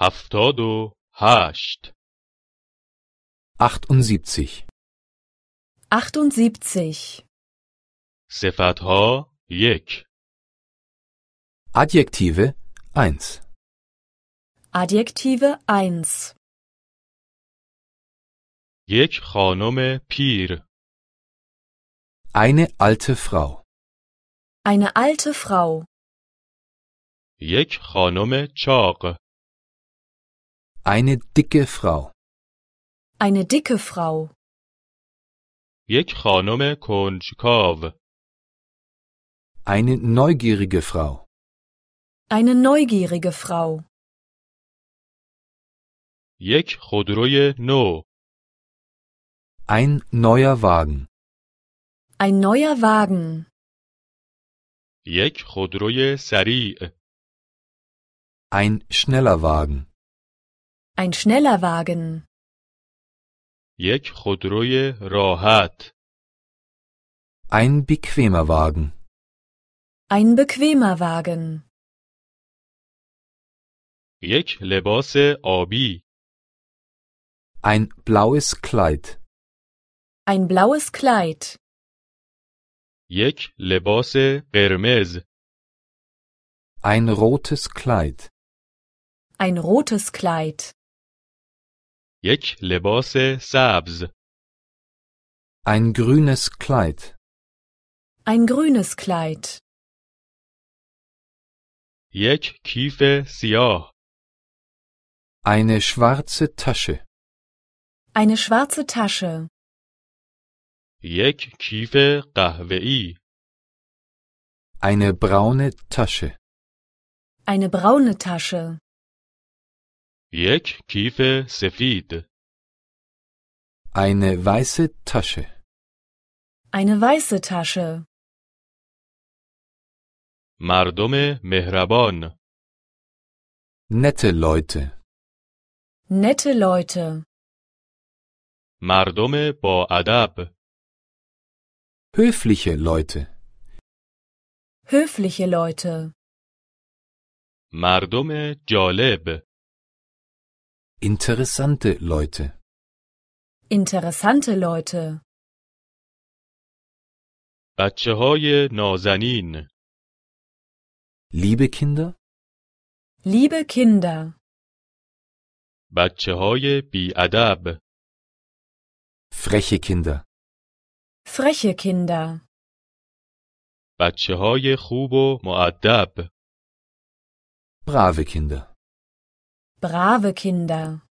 هفتاد و هشت 78. 78. صفتها یک Adjektive 1. Adjektive 1. یک خانم پیر Eine alte Frau. Eine alte Frau. یک خانم چاق Eine dicke Frau. Eine dicke Frau. یک خانم کنجکاو Eine neugierige Frau. Eine neugierige Frau. یک خودروی نو Ein neuer Wagen. Ein neuer Wagen. یک خودروی سریع Ein schneller Wagen. Ein schneller Wagen. یک خودروی راحت Ein bequemer Wagen. Ein bequemer Wagen. یک لباس آبی Ein blaues Kleid. Ein blaues Kleid. یک لباس قرمز Ein rotes Kleid. Ein rotes Kleid. یک لباس سبز Ein grünes Kleid. Ein grünes Kleid. یک کیف سیاه Eine schwarze Tasche. Eine schwarze Tasche. یک کیف قهوه‌ای Eine braune Tasche. Eine braune Tasche. یک کیف سفید Eine weiße Tasche. Eine weiße Tasche. مردم مهربان Nette Leute. Nette Leute. مردم با ادب Höfliche Leute. Höfliche Leute. مردم جالب Interessante Leute. Interessante Leute. بچه های نازنین Liebe Kinder. Liebe Kinder. بچه های بی ادب Freche Kinder. Freche Kinder. بچه های خوب و معدب Brave Kinder. Brave Kinder.